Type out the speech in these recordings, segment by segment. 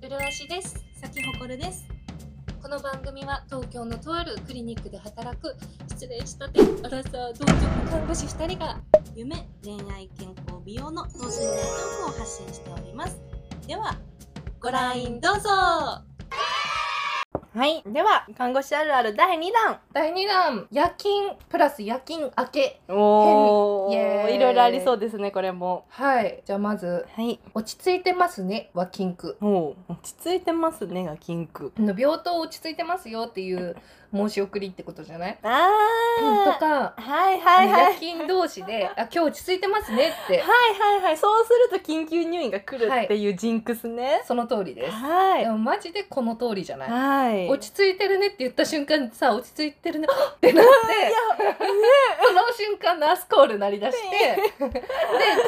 プルアシです咲ほこるです。この番組は東京のとあるクリニックで働く失礼したてアラサー同居看護師2人が夢、恋愛、健康、美容の等身大トークを発信しております。では、ご覧どうぞはい。では、看護師あるある第2弾。第2弾夜勤プラス夜勤明け お変イエーイいろいろありそうですね、これも。はいじゃあまずはい。落ち着いてますねは禁句おう落ち着いてますねが、キンク。あの病棟落ち着いてますよっていう申し送りってことじゃないあー。と。か、はいはいはい。あの夜勤同士で「あ今日落ち着いてますね」っはていはいはい。そうすると緊急入院が来るっていうジンクスね。その通りです、はいで。もマジでこの通りじゃない、はい。落着ち着いてるねって言った瞬間さ落ち着いてるねってなって その瞬間ナースコール鳴り出してでコ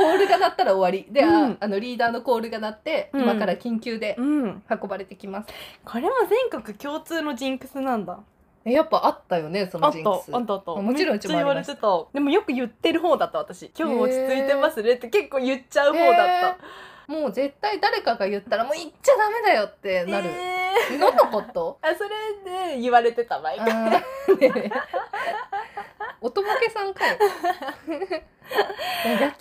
ールが鳴ったら終わりで、あうんあのリーダーのコールが鳴って、うん今から緊急でうん。運ばれてきますこれも全国共通のジンクスなんだ。えやっぱあったよねそあのっジンたクスあったあった。もちろんうちもありまめっしちゃた言われてた。でもよく言ってる方だった私。今日落ち着いてますねって結構言っちゃう方だった。えーもう絶対誰かが言ったらもう言っちゃダメだよってなる、えー何のことあそれで言われてた毎あ回 ーねえおとぼけさ んかい夜勤は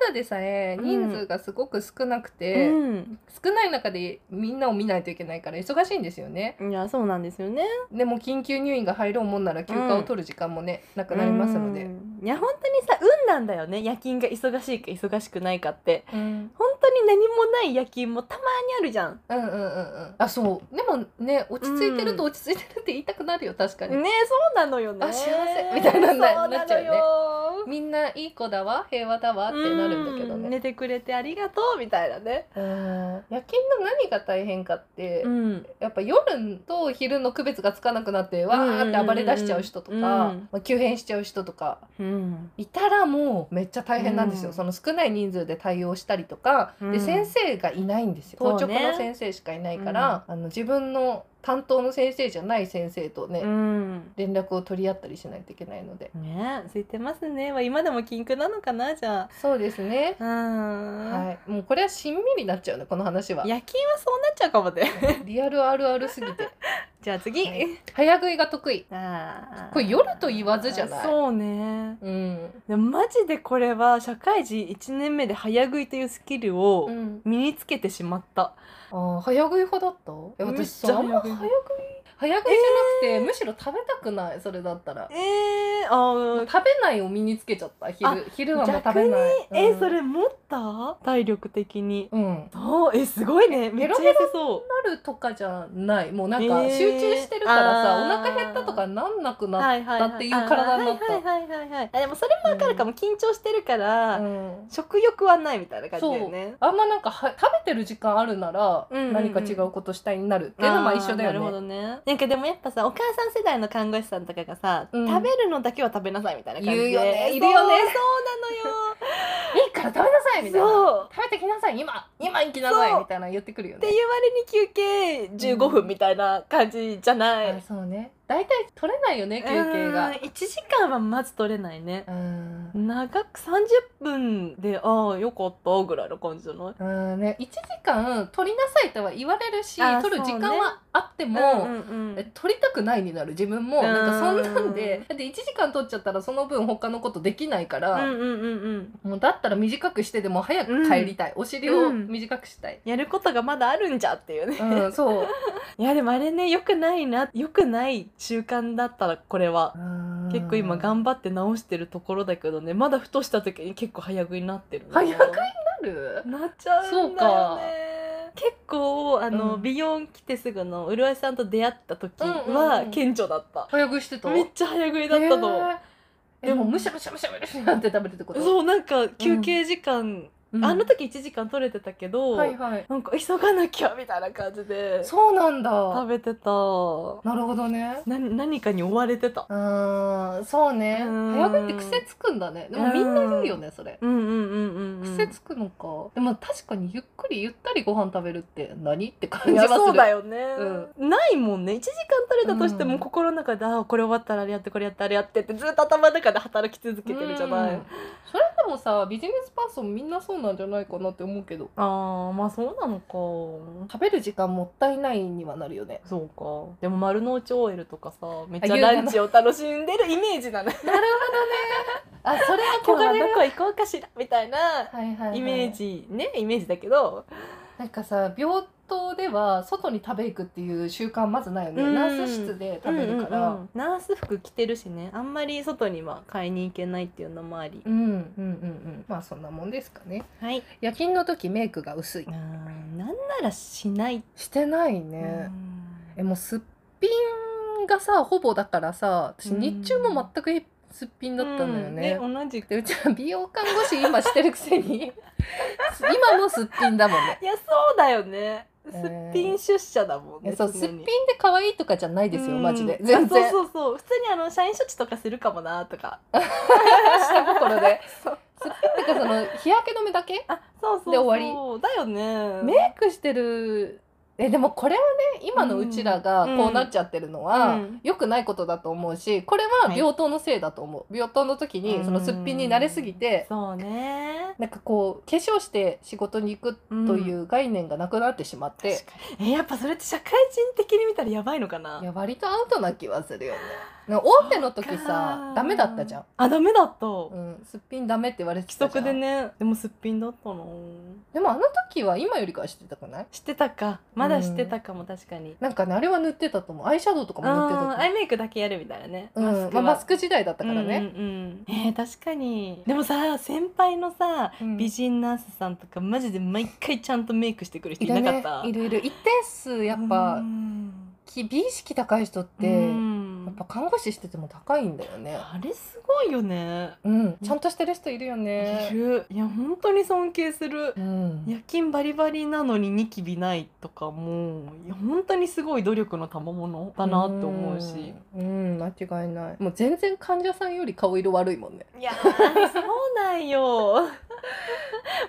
ただでさえ人数がすごく少なくて、うん少ない中でみんなを見ないといけないから忙しいんですよねいやそうなんですよねでも緊急入院が入ろうもんなら休暇を取る時間もね、なくなりますのうで、んいや本当にさ運なんだよね夜勤が忙しいか忙しくないかってうん、本当に何もない夜勤もたまにあるじゃんうんうんうんうんあそうでもね落ち着いてると落ち着いてるって言いたくなるよ確かねに、そうなのよねあ幸せみたいなそうななっちゃうよねのよみんないい子だわ平和だわってなるんだけどうね、ん寝てくれてありがとうみたいなねうん夜勤の何が大変かって、んやっぱ夜と昼の区別がつかなくなってわーって暴れ出しちゃう人とか、うんまあ、急変しちゃう人とかうんいたらもうめっちゃ大変なんですよ、うんその少ない人数で対応したりとか、うんで先生がいないんですよ、そうね当直の先生しかいないから、あの自分の担当の先生じゃない先生とね、うん連絡を取り合ったりしないといけないのでねついてますねは今でも禁句なのかなじゃそうですねあ、うんはい、もうこれはしんみりになっちゃうねこの話は夜勤はそうなっちゃうかもねリアルあるあるすぎてじゃあ次、はい早食いが得意あーこれ夜と言わずじゃないそうねうん、でもマジでこれは社会人1年目で早食いというスキルをうん、身につけてしまった、あー早食い派だったえ私めっちさゃあんま早食い早食い早食いじゃなくて、むしろ食べたくないそれだったらえー、あー食べないを身につけちゃったあ昼昼はもう食べないえうんそれ持った体力的にうんあーえすごいねめっちゃ痩せそうなるとかじゃないもうなんえかー集中してるからさ、あーお腹減ったとかなんなくなっはいはいだっていう体になったあーはいはいはいはいはいあでもそれもわかるかも、緊張してるから、た、うん食欲はないみたいな感じだよねあんまなんかは食べてる時間あるなら、うんうんうん何か違うことしたいになるっていうのは一緒だよあーなるほねどねなんかでもやっぱさお母さん世代の看護師さんとかがさ、うん食べるのだけは食べなさいみたいな感じで言うよねそういるよね いいから食べなさいそうみなたのいなよそう食べてきなさい今今行きなさそいうみたいなの言ってくるよってねいう割に休憩15分みたいな感じじゃない、あそうね大体取れないよね休憩うんが1時間はまず取れないねうん長く30分でああよかったぐらいの感じじゃないうんね、1時間取りなさいとは言われるしあー取る時間そうねはあっても、んうんえ取りたくないになる自分もうんなんかそんなんでだって1時間取っちゃったらその分他のことできないかうら、んうんうんうんもうだったら短くしてでも早く帰りたい、お尻を短くしたい、やることがまだあるんじゃっていうねうんそういやでもあれね良くないな良くない習慣だったらこれは結構今張頑張って直してるところだけどねまだふとした時に結構早食いになってるの早食るなっちゃうんだよね結構あの、うん美容来てすぐのうるわいさんと出会った時うんうんうはん顕著だった、早食いしてためっちゃ早食いだったの、へーえでもむしゃむしゃむしゃむしゃって食べるってことそうなんか休憩時間、うんあの時1時間取れてたけど、はいはいなんか急がなきゃみたいな感じでそうなんだ食べてたなるほどねな何かに追われてたうーんそうねうん早食いって癖つくんだねでもみんな言うよねそれうんうんうんうん、うん、癖つくのかでも確かにゆっくりゆったりご飯食べるって何って感いじはやするそうだよね、うないもんね1時間取れたとしてうもん心の中で、ああこれ終わったらあれやってこれやってあれやってってずっと頭の中で働き続けてるじゃない、うんそれでもさビジネスパーソンみんなそうなんじゃないかなって思うけどああまあそうなのか食べる時間もったいないにはなるよねそうかでも丸の内 OL とかさめっちゃあ優雅なランチを楽しんでるイメージなのあそれ 今日憧はれどるこ行こうかしらみたいなはいはいはいイメージねイメージだけどなんかさ病棟では外に食べ行くっていう習慣まずないよね、うんナース室で食べるから、うんうんうんナース服着てるしねあんまり外には買いに行けないっていうのもあり、うんうんうんうんまあそんなもんですかねはい夜勤の時メイクが薄いあーなんならしないしてないね、えもうすっぴんがさほぼだからさ私うん日中も全くすっぴんだったんだよね、うん同じくでうちは美容看護師今してるくせに 今もすっぴんだもんねいやそうだよねすえーっぴん出社だもんいね、やそうすっぴ常んでに可愛いとかじゃないですようんマジで全然あそうそうそう普通にあの社員処置とかするかもなとか下心で そうすっぴんってかその日焼け止めだけあそうそうそうで終わりだよねメイクしてるえでもこれはね今のうちらがこうなっちゃってるのは、うん良くないことだと思うしこれは病棟のせいだと思う、病棟の時にそのすっぴんに慣れすぎて、そうねなんかこう化粧して仕事に行くというう概念がなくなってしまって確、かにえやっぱそれって社会人的に見たらやばいのかないや割とアウトな気はするよねなんか大手の時さダメだったじゃん、あダメだった、うん、すっぴんダメって言われて規たじ則ゃんでねでもすっぴんだったなでもあの時は今よりかはしてたくないしてたかまだしてたかも確かに、なんかねあれは塗ってたと思うアイシャドウとかうも塗ってたと思アイメイクだけやるみたいなね、う、うんまあ、マスク時代だったからね、うんうんうんえー確かにでもさ先輩のさうん美人ナースさんとかマジで毎回ちゃんとメイクしてくる人いるなかねったいるいる一定数やっぱ、うんき美意識高い人って、うんやっぱ看護師してても高いんだよね。あれすごいよねうん、ちゃんとしてる人いるよいね。るいや本当に尊敬するうん、夜勤バリバリなのにニキビないとかもいや本当にすごい努力の賜物だなって思うしうん、うん間違いない。もう全然患者さんより顔色悪いもんね。いやーそうなんよ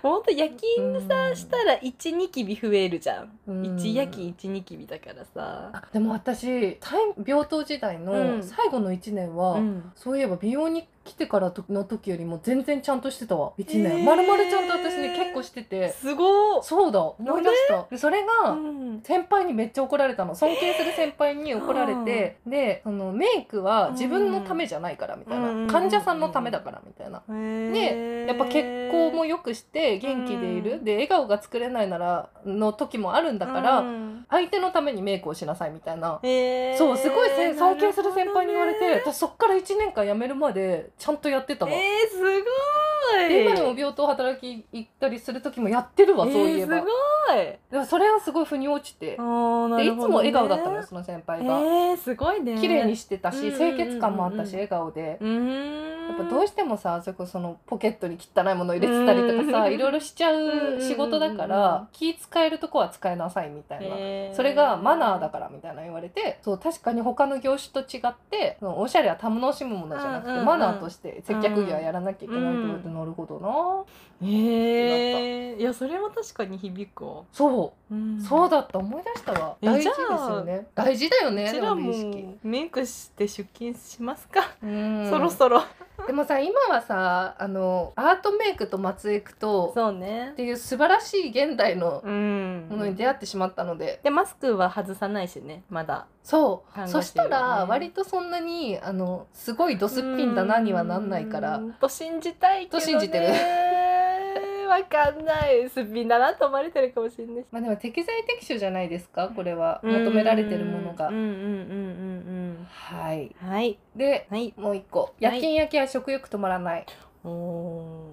本当夜勤さしたら1ニキビ増えるじゃん1夜き勤1ニキビだからさ、でも私、最病棟時代うのん最後の一年は、うんそういえば美容に来てからの時よりも全然ちゃんとしてたわ1へ年ーまるまるちゃんと私ね結構しててすごっそうだ思い出したでそれが、うん先輩にめっちゃ怒られたの尊敬する先輩に怒られて、でそのメイクは自分のためじゃないからみたいな、うん患者さんのためだからみたいな、ねやっぱ血行も良くして元気でいる、うんで笑顔が作れないならの時もあるんだから、相手のためにメイクをしなさいみたいな、そうすごいせ尊敬する先輩に言われて、私そっから1年間辞めるまでちゃんとやってたえわ、ー、すごでい今でも病棟働き行ったりする時もやってるわ、そういえばーすごいでもそれはすごい腑に落ちて、あーなでいるつほどねも笑顔だったのよその先輩が。えー、すごいね綺麗にしてたし、うんうん清潔感もあったしうんう笑顔で、うーんやっぱどうしてもさそれこそそのポケットに汚いもの入れてたりとかさ、うんいろいろしちゃう仕事だから、うんうんうん気使えるとこは使いなさいみたいな。えーそれがマナーだからみたいな言われてそう確かに他の業種と違ってそのおしゃれは楽しむものじゃなくて、うんうんうんマナーとして接客業はやらなきゃいけないと思ってなるほどな、えー、いやそれは確かに響くわ、そううんそうだった思い出したわえ大事ですよね大事だよねこちらでも美意識もメイクして出勤しますか、うんそろそろでもさ今はさあのアートメイクと松江区とそうねっていう素晴らしい現代のうんものに出会ってしまったので、でマスクは外さないしねまだそう、看護師そしたはらね割とそんなにあのすごいドスッピンだなにはなんないからうんと信じたいけどねと信じてる わかんないすっぴんだなと思われてるかもしれないしまあでも適材適所じゃないですかこれは求められてるものが、うんうんうんうんはいうんはいではいもう一個は夜い勤焼きは食欲止まらない、おお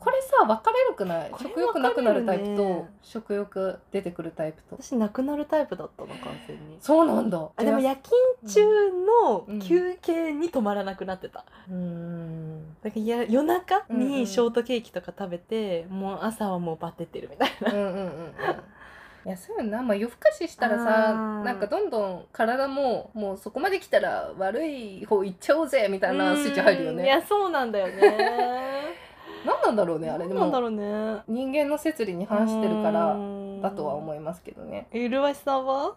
これさ分かれるくない、これ食欲なくなるタイプ分かれるとね食欲出てくるタイプと私なくなるタイプだったの完全にそうなんだあでも夜勤中の休憩に止まらなくなってた、うんだからいや夜中うんうんにショートケーキとか食べて、もう朝はもうバテてるみたいなうんうんう んうんいやそうよな、まあ、夜更かししたらあさーなんかどんどん体ももうそこまで来たら悪い方行っちゃおうぜみたいなスイッチ入るようんいねやそうなん だよね何なんだろうねあれで何なんだもろうね人間の摂理に反してるからだとは思いいますけどねゆるわしさんは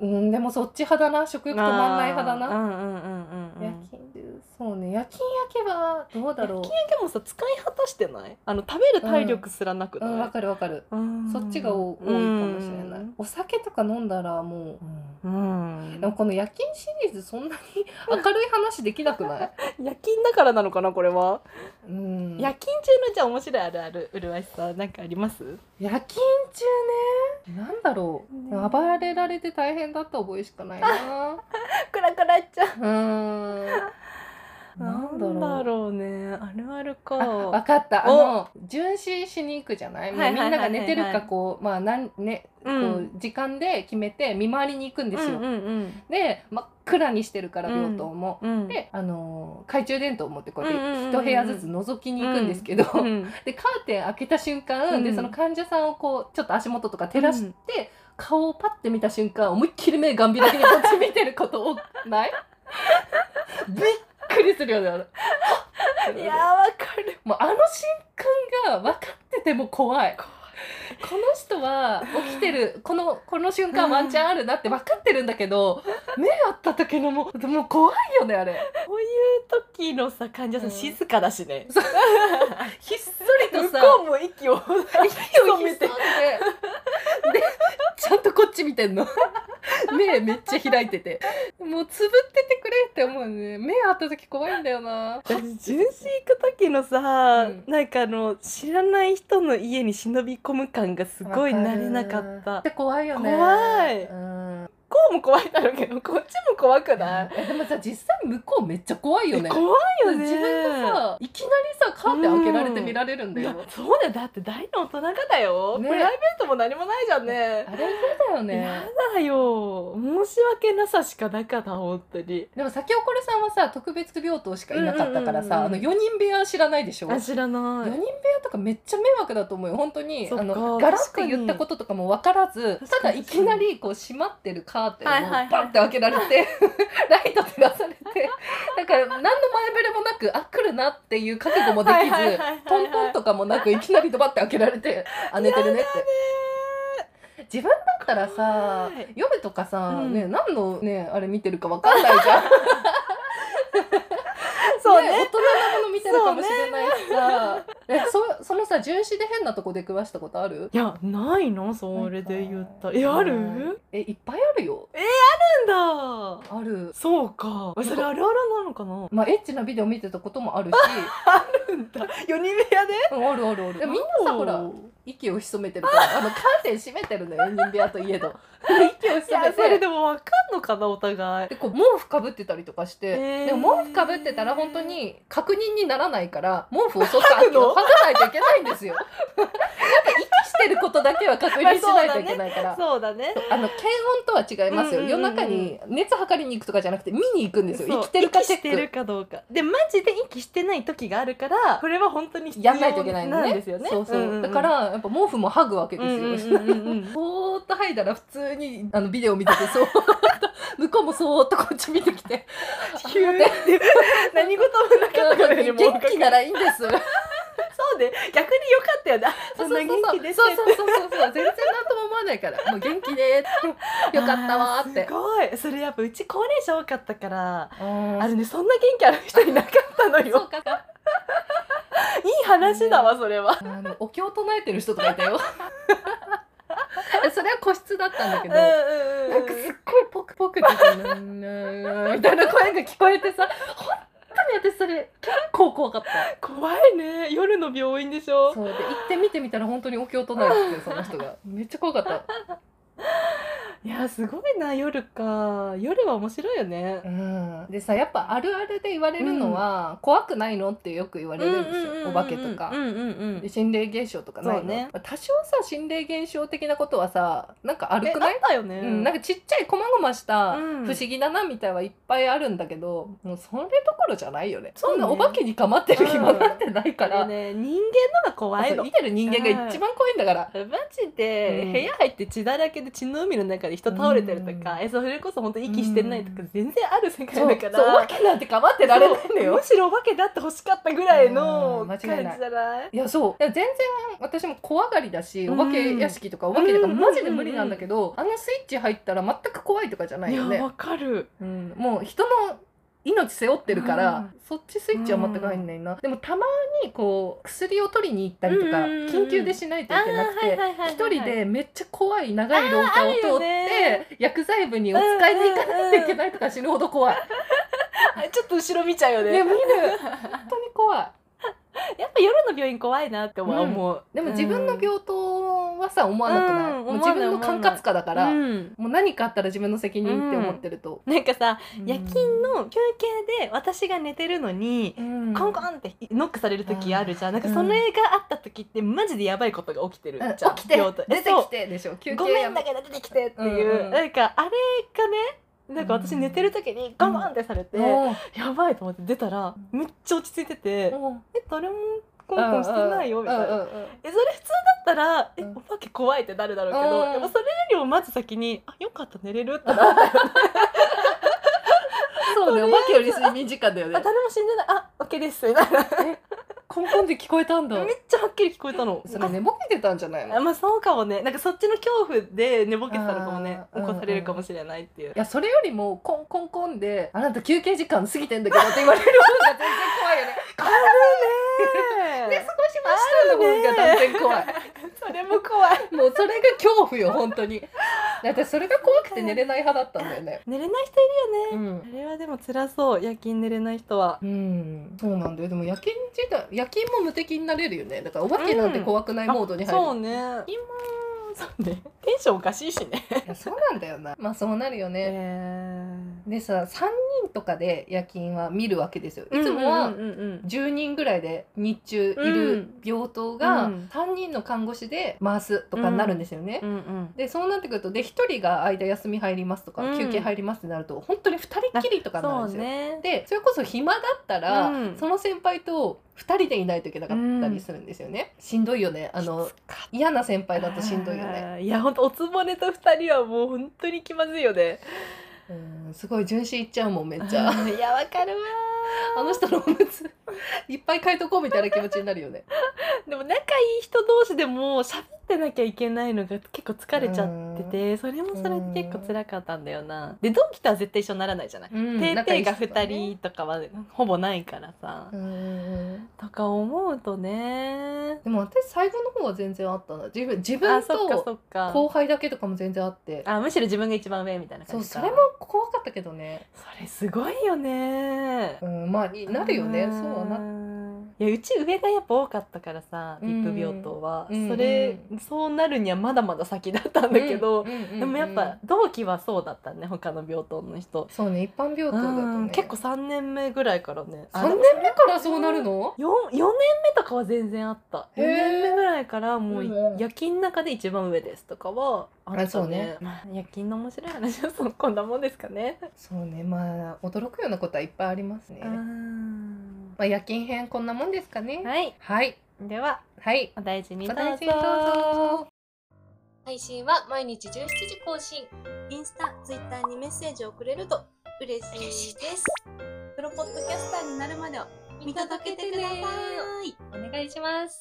うんでもそっち派だな食欲止まんない派だなうんうんうんうんうん夜勤でそうね夜勤明けはどうだろう夜勤明けもさ使い果たしてないあの食べる体力すらなくうんわない、かるわかるうんそっちが多多いかもしれないお酒とか飲んだらもうん、うでもこの夜勤シリーズそんなに明るい話できなく ない夜勤だからなのかなこれは、うん夜夜勤中のじゃあ面白いあるあるうるわしさなんかあります勤中ねなんだろうね暴れられて大変だった覚えしかない なクラクラっちゃうーんなんだろなうんだろうねあるあるかあわかったあの巡視しに行くじゃないもうはいみんはいはいはないはがい寝てるかこうまあなんねうこんう時間で決めて見回りに行くんですよ、うんうんで真っ暗にしてるから病棟も、うんうんであのー懐中電灯を持ってこうやっうんうんうんうんて一部屋ずつ覗きに行くんですけど、うんでカーテン開けた瞬間、うんでその患者さんをこうちょっと足元とか照らして、顔をパッて見た瞬間思いっきり目がんびらけにこっち見てること多く ないびっくりするよねあいれ。やわかるもうあの瞬間が分かってても怖い。この人は起きて るこのこの瞬間ワンチャンあるなって分かってるんだけど目合った時のもうもう怖いよねあれこういう時のさ患者さんうん静かだしね、ひっそり向とさこうも息を息を潜め潜て めてでちゃんとこっち見てん の目めっちゃ開いててもうつぶっててくれって思うね目合った時怖いんだよな私純粋行く時のさ、うんなんかあの知らない人の家に忍び込む感がすごいわか慣るれなかったっ。て怖いよね怖いうんこうも怖いだろうけどこっちも怖くないえでもさ実際向こうめっちゃ怖いよね怖いよね自分がさいきなりさカーテン開けられて見られるんだいよ、やそうだよだって大の大人がだよ、ねプライベートも何もないじゃんねあれ嫌だよやねだよ申し訳なさしかなかった本当にでも先おこるさんはさ特別病棟しかいなかったからさ、うんうんうんうんあの4人部屋知らないでしょあ4知らな人部い屋とかめっちゃ迷惑だと思うよ本当にそっかあのガラッ確かてに言ったこととかも分からず確たかだにいきなりこう閉まってるカーテンをはいはいはいバンって開けられて、 ライト照らされてだから何の前触れもなくあ来るなっていう覚悟もできず、はいはいはいはいはいトントンとかもなくいきなりドバッて開けられて「あ寝てるね」って。自分だったらさ怖い夜とかさ、うんね何のねあれ見てるかわかんないじゃん そうね大人のもの見てるかもしれないし さそ,、えそそのさ巡視で変なとこ出くわしたことあるいやないのそれで言ったえあるなんんかえいっぱいあるよだあるそうかそれあるあるなのかなまあエッチなビデオ見てたこと もあるし4人部屋でうんあるあるあるでもみんなさほら息を潜めてるからあのカーテン閉めてるのよ人部屋といえど 息をい潜めやそれてでもわかんのかなお互いでこう毛布かぶってたりとかして、へーでも毛布かぶってたら本当に確認にならないから毛布をそっか剥ぐの剥がないといけないんですよやっぱ息してることだけは確認しないといけないから、そうだねあの検温とは違いますよ、うんうんうんうん夜中に熱測りに行くとかじゃなくて見に行くんですよそう生きてるかチェ息してッるクかどうかでマジで息してない時があるからこれは本当に必や要んないといけないのんねですよねそうそう、んんんだからやっぱ毛布も剥ぐわけうでんすよ、うんうん うんうんそーっと吐いたら普通にあのビデオ見てて そう向こうもそーっとこっち見てきて急に何事もなかったからねもう元気ならいいんですそうで逆に良かったよねそそうんそなうそう元気でそうそうそうそうそう全然なんとも思わないからもう元 気でーよかったわーってすごいそれやっぱうち高齢者多かったからああれねそんな元気ある人いなかったのそうよかか いい話だわそれはあのお経を唱えてる人とかいたよえそれは個室だったんだけうんど、うんなんかすっごいポクポクって言って「うんうんうんみたいな声が聞こえてさ本当に私それ結構怖かった怖いね夜の病院でしょそうで行って見てみたら本当にお経を唱えててその人がめっちゃ怖かったいやすごいな夜か夜は面白いよねうんでさやっぱあるあるで言われるのは、怖くないのってよく言われるんですよ、お化けとか、うんうんうんで心霊現象とかないそうの、ね多少さ心霊現象的なことはさなんかあるえくあっない、たよねうん、なんかちっちゃいこまごましたうん不思議だなみたいはいっぱいあるんだけど、もうそれどころじゃないよねそそ,、うねんなお化けにかまってる暇なんてないから、あね、れね人間のが怖いの生きてる人間が一番怖いんだから、マジで、うん部屋入って血だらけで血の海の中で人倒れてるとか、うんえそれこそ本当息してないとかうん全然ある世界そうだから、そうお化けなんてかまってられないんだよむしろお化けだって欲しかったぐらいのうん間感違じいじゃなないいいやそういや全然私も怖がりだしうおん化け屋敷とかお化けとかうんマジで無理なんだけど、あのスイッチ入ったら全く怖いとかじゃないよいやね、わかるうん、もう人の命背負ってるから、うんそっちスイッチは持って帰んないな、でもたまにこう薬を取りに行ったりとか、うんうんうん緊急でしないといけなくていは一人でめっちゃ怖い長い廊下を通あーあるよって、ね薬剤部にお使いに行かなきゃいけないとか死ぬほど怖い。ちょっと後ろ見ちゃうよね、ね 見る本当に怖い。やっぱ夜の病院怖いなって思う、うんもうでも自分の病病棟はさ思わなくない、うんもう自分の管轄下だか、からもう何かあったら自分の責任って思ってると、なんかさ、うん夜勤の休憩で私が寝てるのに、うんコンコンってノックされる時あるじゃん、なんかうんそれがあった時ってマジでやばいことが起きてるうんじゃん、起きて病棟出てそうきてでしょ休憩ごめんだけど出てきてっていう、うんうんなんかあれがねなんか私寝てる時にガンガンってされて、おうやばいと思って出たらめっちゃ落ち着いてて「おうえ誰もコンコンしてないよ」みたいな、うんうんうえんそれ普通だったら「えうんお化け怖い」ってなるだろうけど、うんでもそれよりもまず先に「あよかった寝れる」ってなってそうだよお化けより睡眠時間だよ「ねあ誰も死んでないあオッケーです」みたいなコンコンで聞こえたんだめっちゃはっきり聞こえたの。それ寝ぼけてたんじゃないのあまあそうかもねなんかそっちの恐怖で寝ぼけてたのかもねあ起ーこされるかもしれないっていういやそれよりもコンコンコンで「あなた休憩時間過ぎてんだけど」って言われる方が全然怖 いよね。あるで過ごしましたの方が断然 怖い。それも怖いもうそれが恐怖よ本当に。だってそれが怖くて寝れない派だったんだよね。寝れない人いるようね、あん。れはでも辛そう夜勤寝れない人はうん、そうなんだよでも夜勤時代夜勤も無敵になれるよねだからお化けなんて怖くないモードに入る、そうね今そうねテンションおかしいしねいやそうなんだよなまあそうなるよね、でさ3人とかで夜勤は見るわけですよいつもは10人ぐらいで日中いる病棟うがん3人の看護師で回すとかになるんですよね、うんうんでそうなってくるとで1人が間休み入りますとか、うん休憩入りますってなると本当に2人っきりとかになるんそでうすよ、ねでそれこそ暇だったら、うんその先輩と2人でいないといけなかったりするんですよね、しんどいよねあの嫌な先輩だとしんどいよね、あーいや本当おつぼねと二人はもう本当に気まずいよねうん、すごい巡視行っちゃうもんめっちゃ、あー いやわかるわあの人のおむついっぱい買いとこうみたいな気持ちになるよねでも仲いい人同士でも喋ってなきゃいけないのが結構疲れちゃっててそれもそれで結構辛かったんだよなで同期とは絶対一緒にならないじゃないうんペーペーが仲いい2人人とねとかはほぼないからさ、うんうんうんとか思うとねでも私最後の方は全然あったな自分自あ分そっかそとっか後輩だけとかも全然あってあむしろ自分が一番上みたいなそ感うじかそれも怖かったけどね、それすごいよねうん、まあになるよねそうはなないやうち上がやっぱ多かったからさう VIP ん病棟は、うんそれ、そうなるにはまだまだ先だったんだけど、うんうんうんうんでもやっぱ同期はそうだったね他の病棟の人、そうね一般病棟だとうんね結構3年目ぐらいからね3年目からそうなるの 4, 4年目とかは全然あったへ4ー年目ぐらいからもううんうん夜勤の中で一番上ですとかはあったねあそうねまあ、夜勤の面白い話はそうこんなもんですかねそうねまあ驚くようなことはいっぱいありますね、うまんあ、夜勤編こんなもんですかねはいはいでははいお大事におどうぞ大事にどうぞ配信は毎日17時更新インスタ、ツイッターにメッセージをくれると嬉しいです。プロポッドキャスターになるまでを見届けてください。お願いします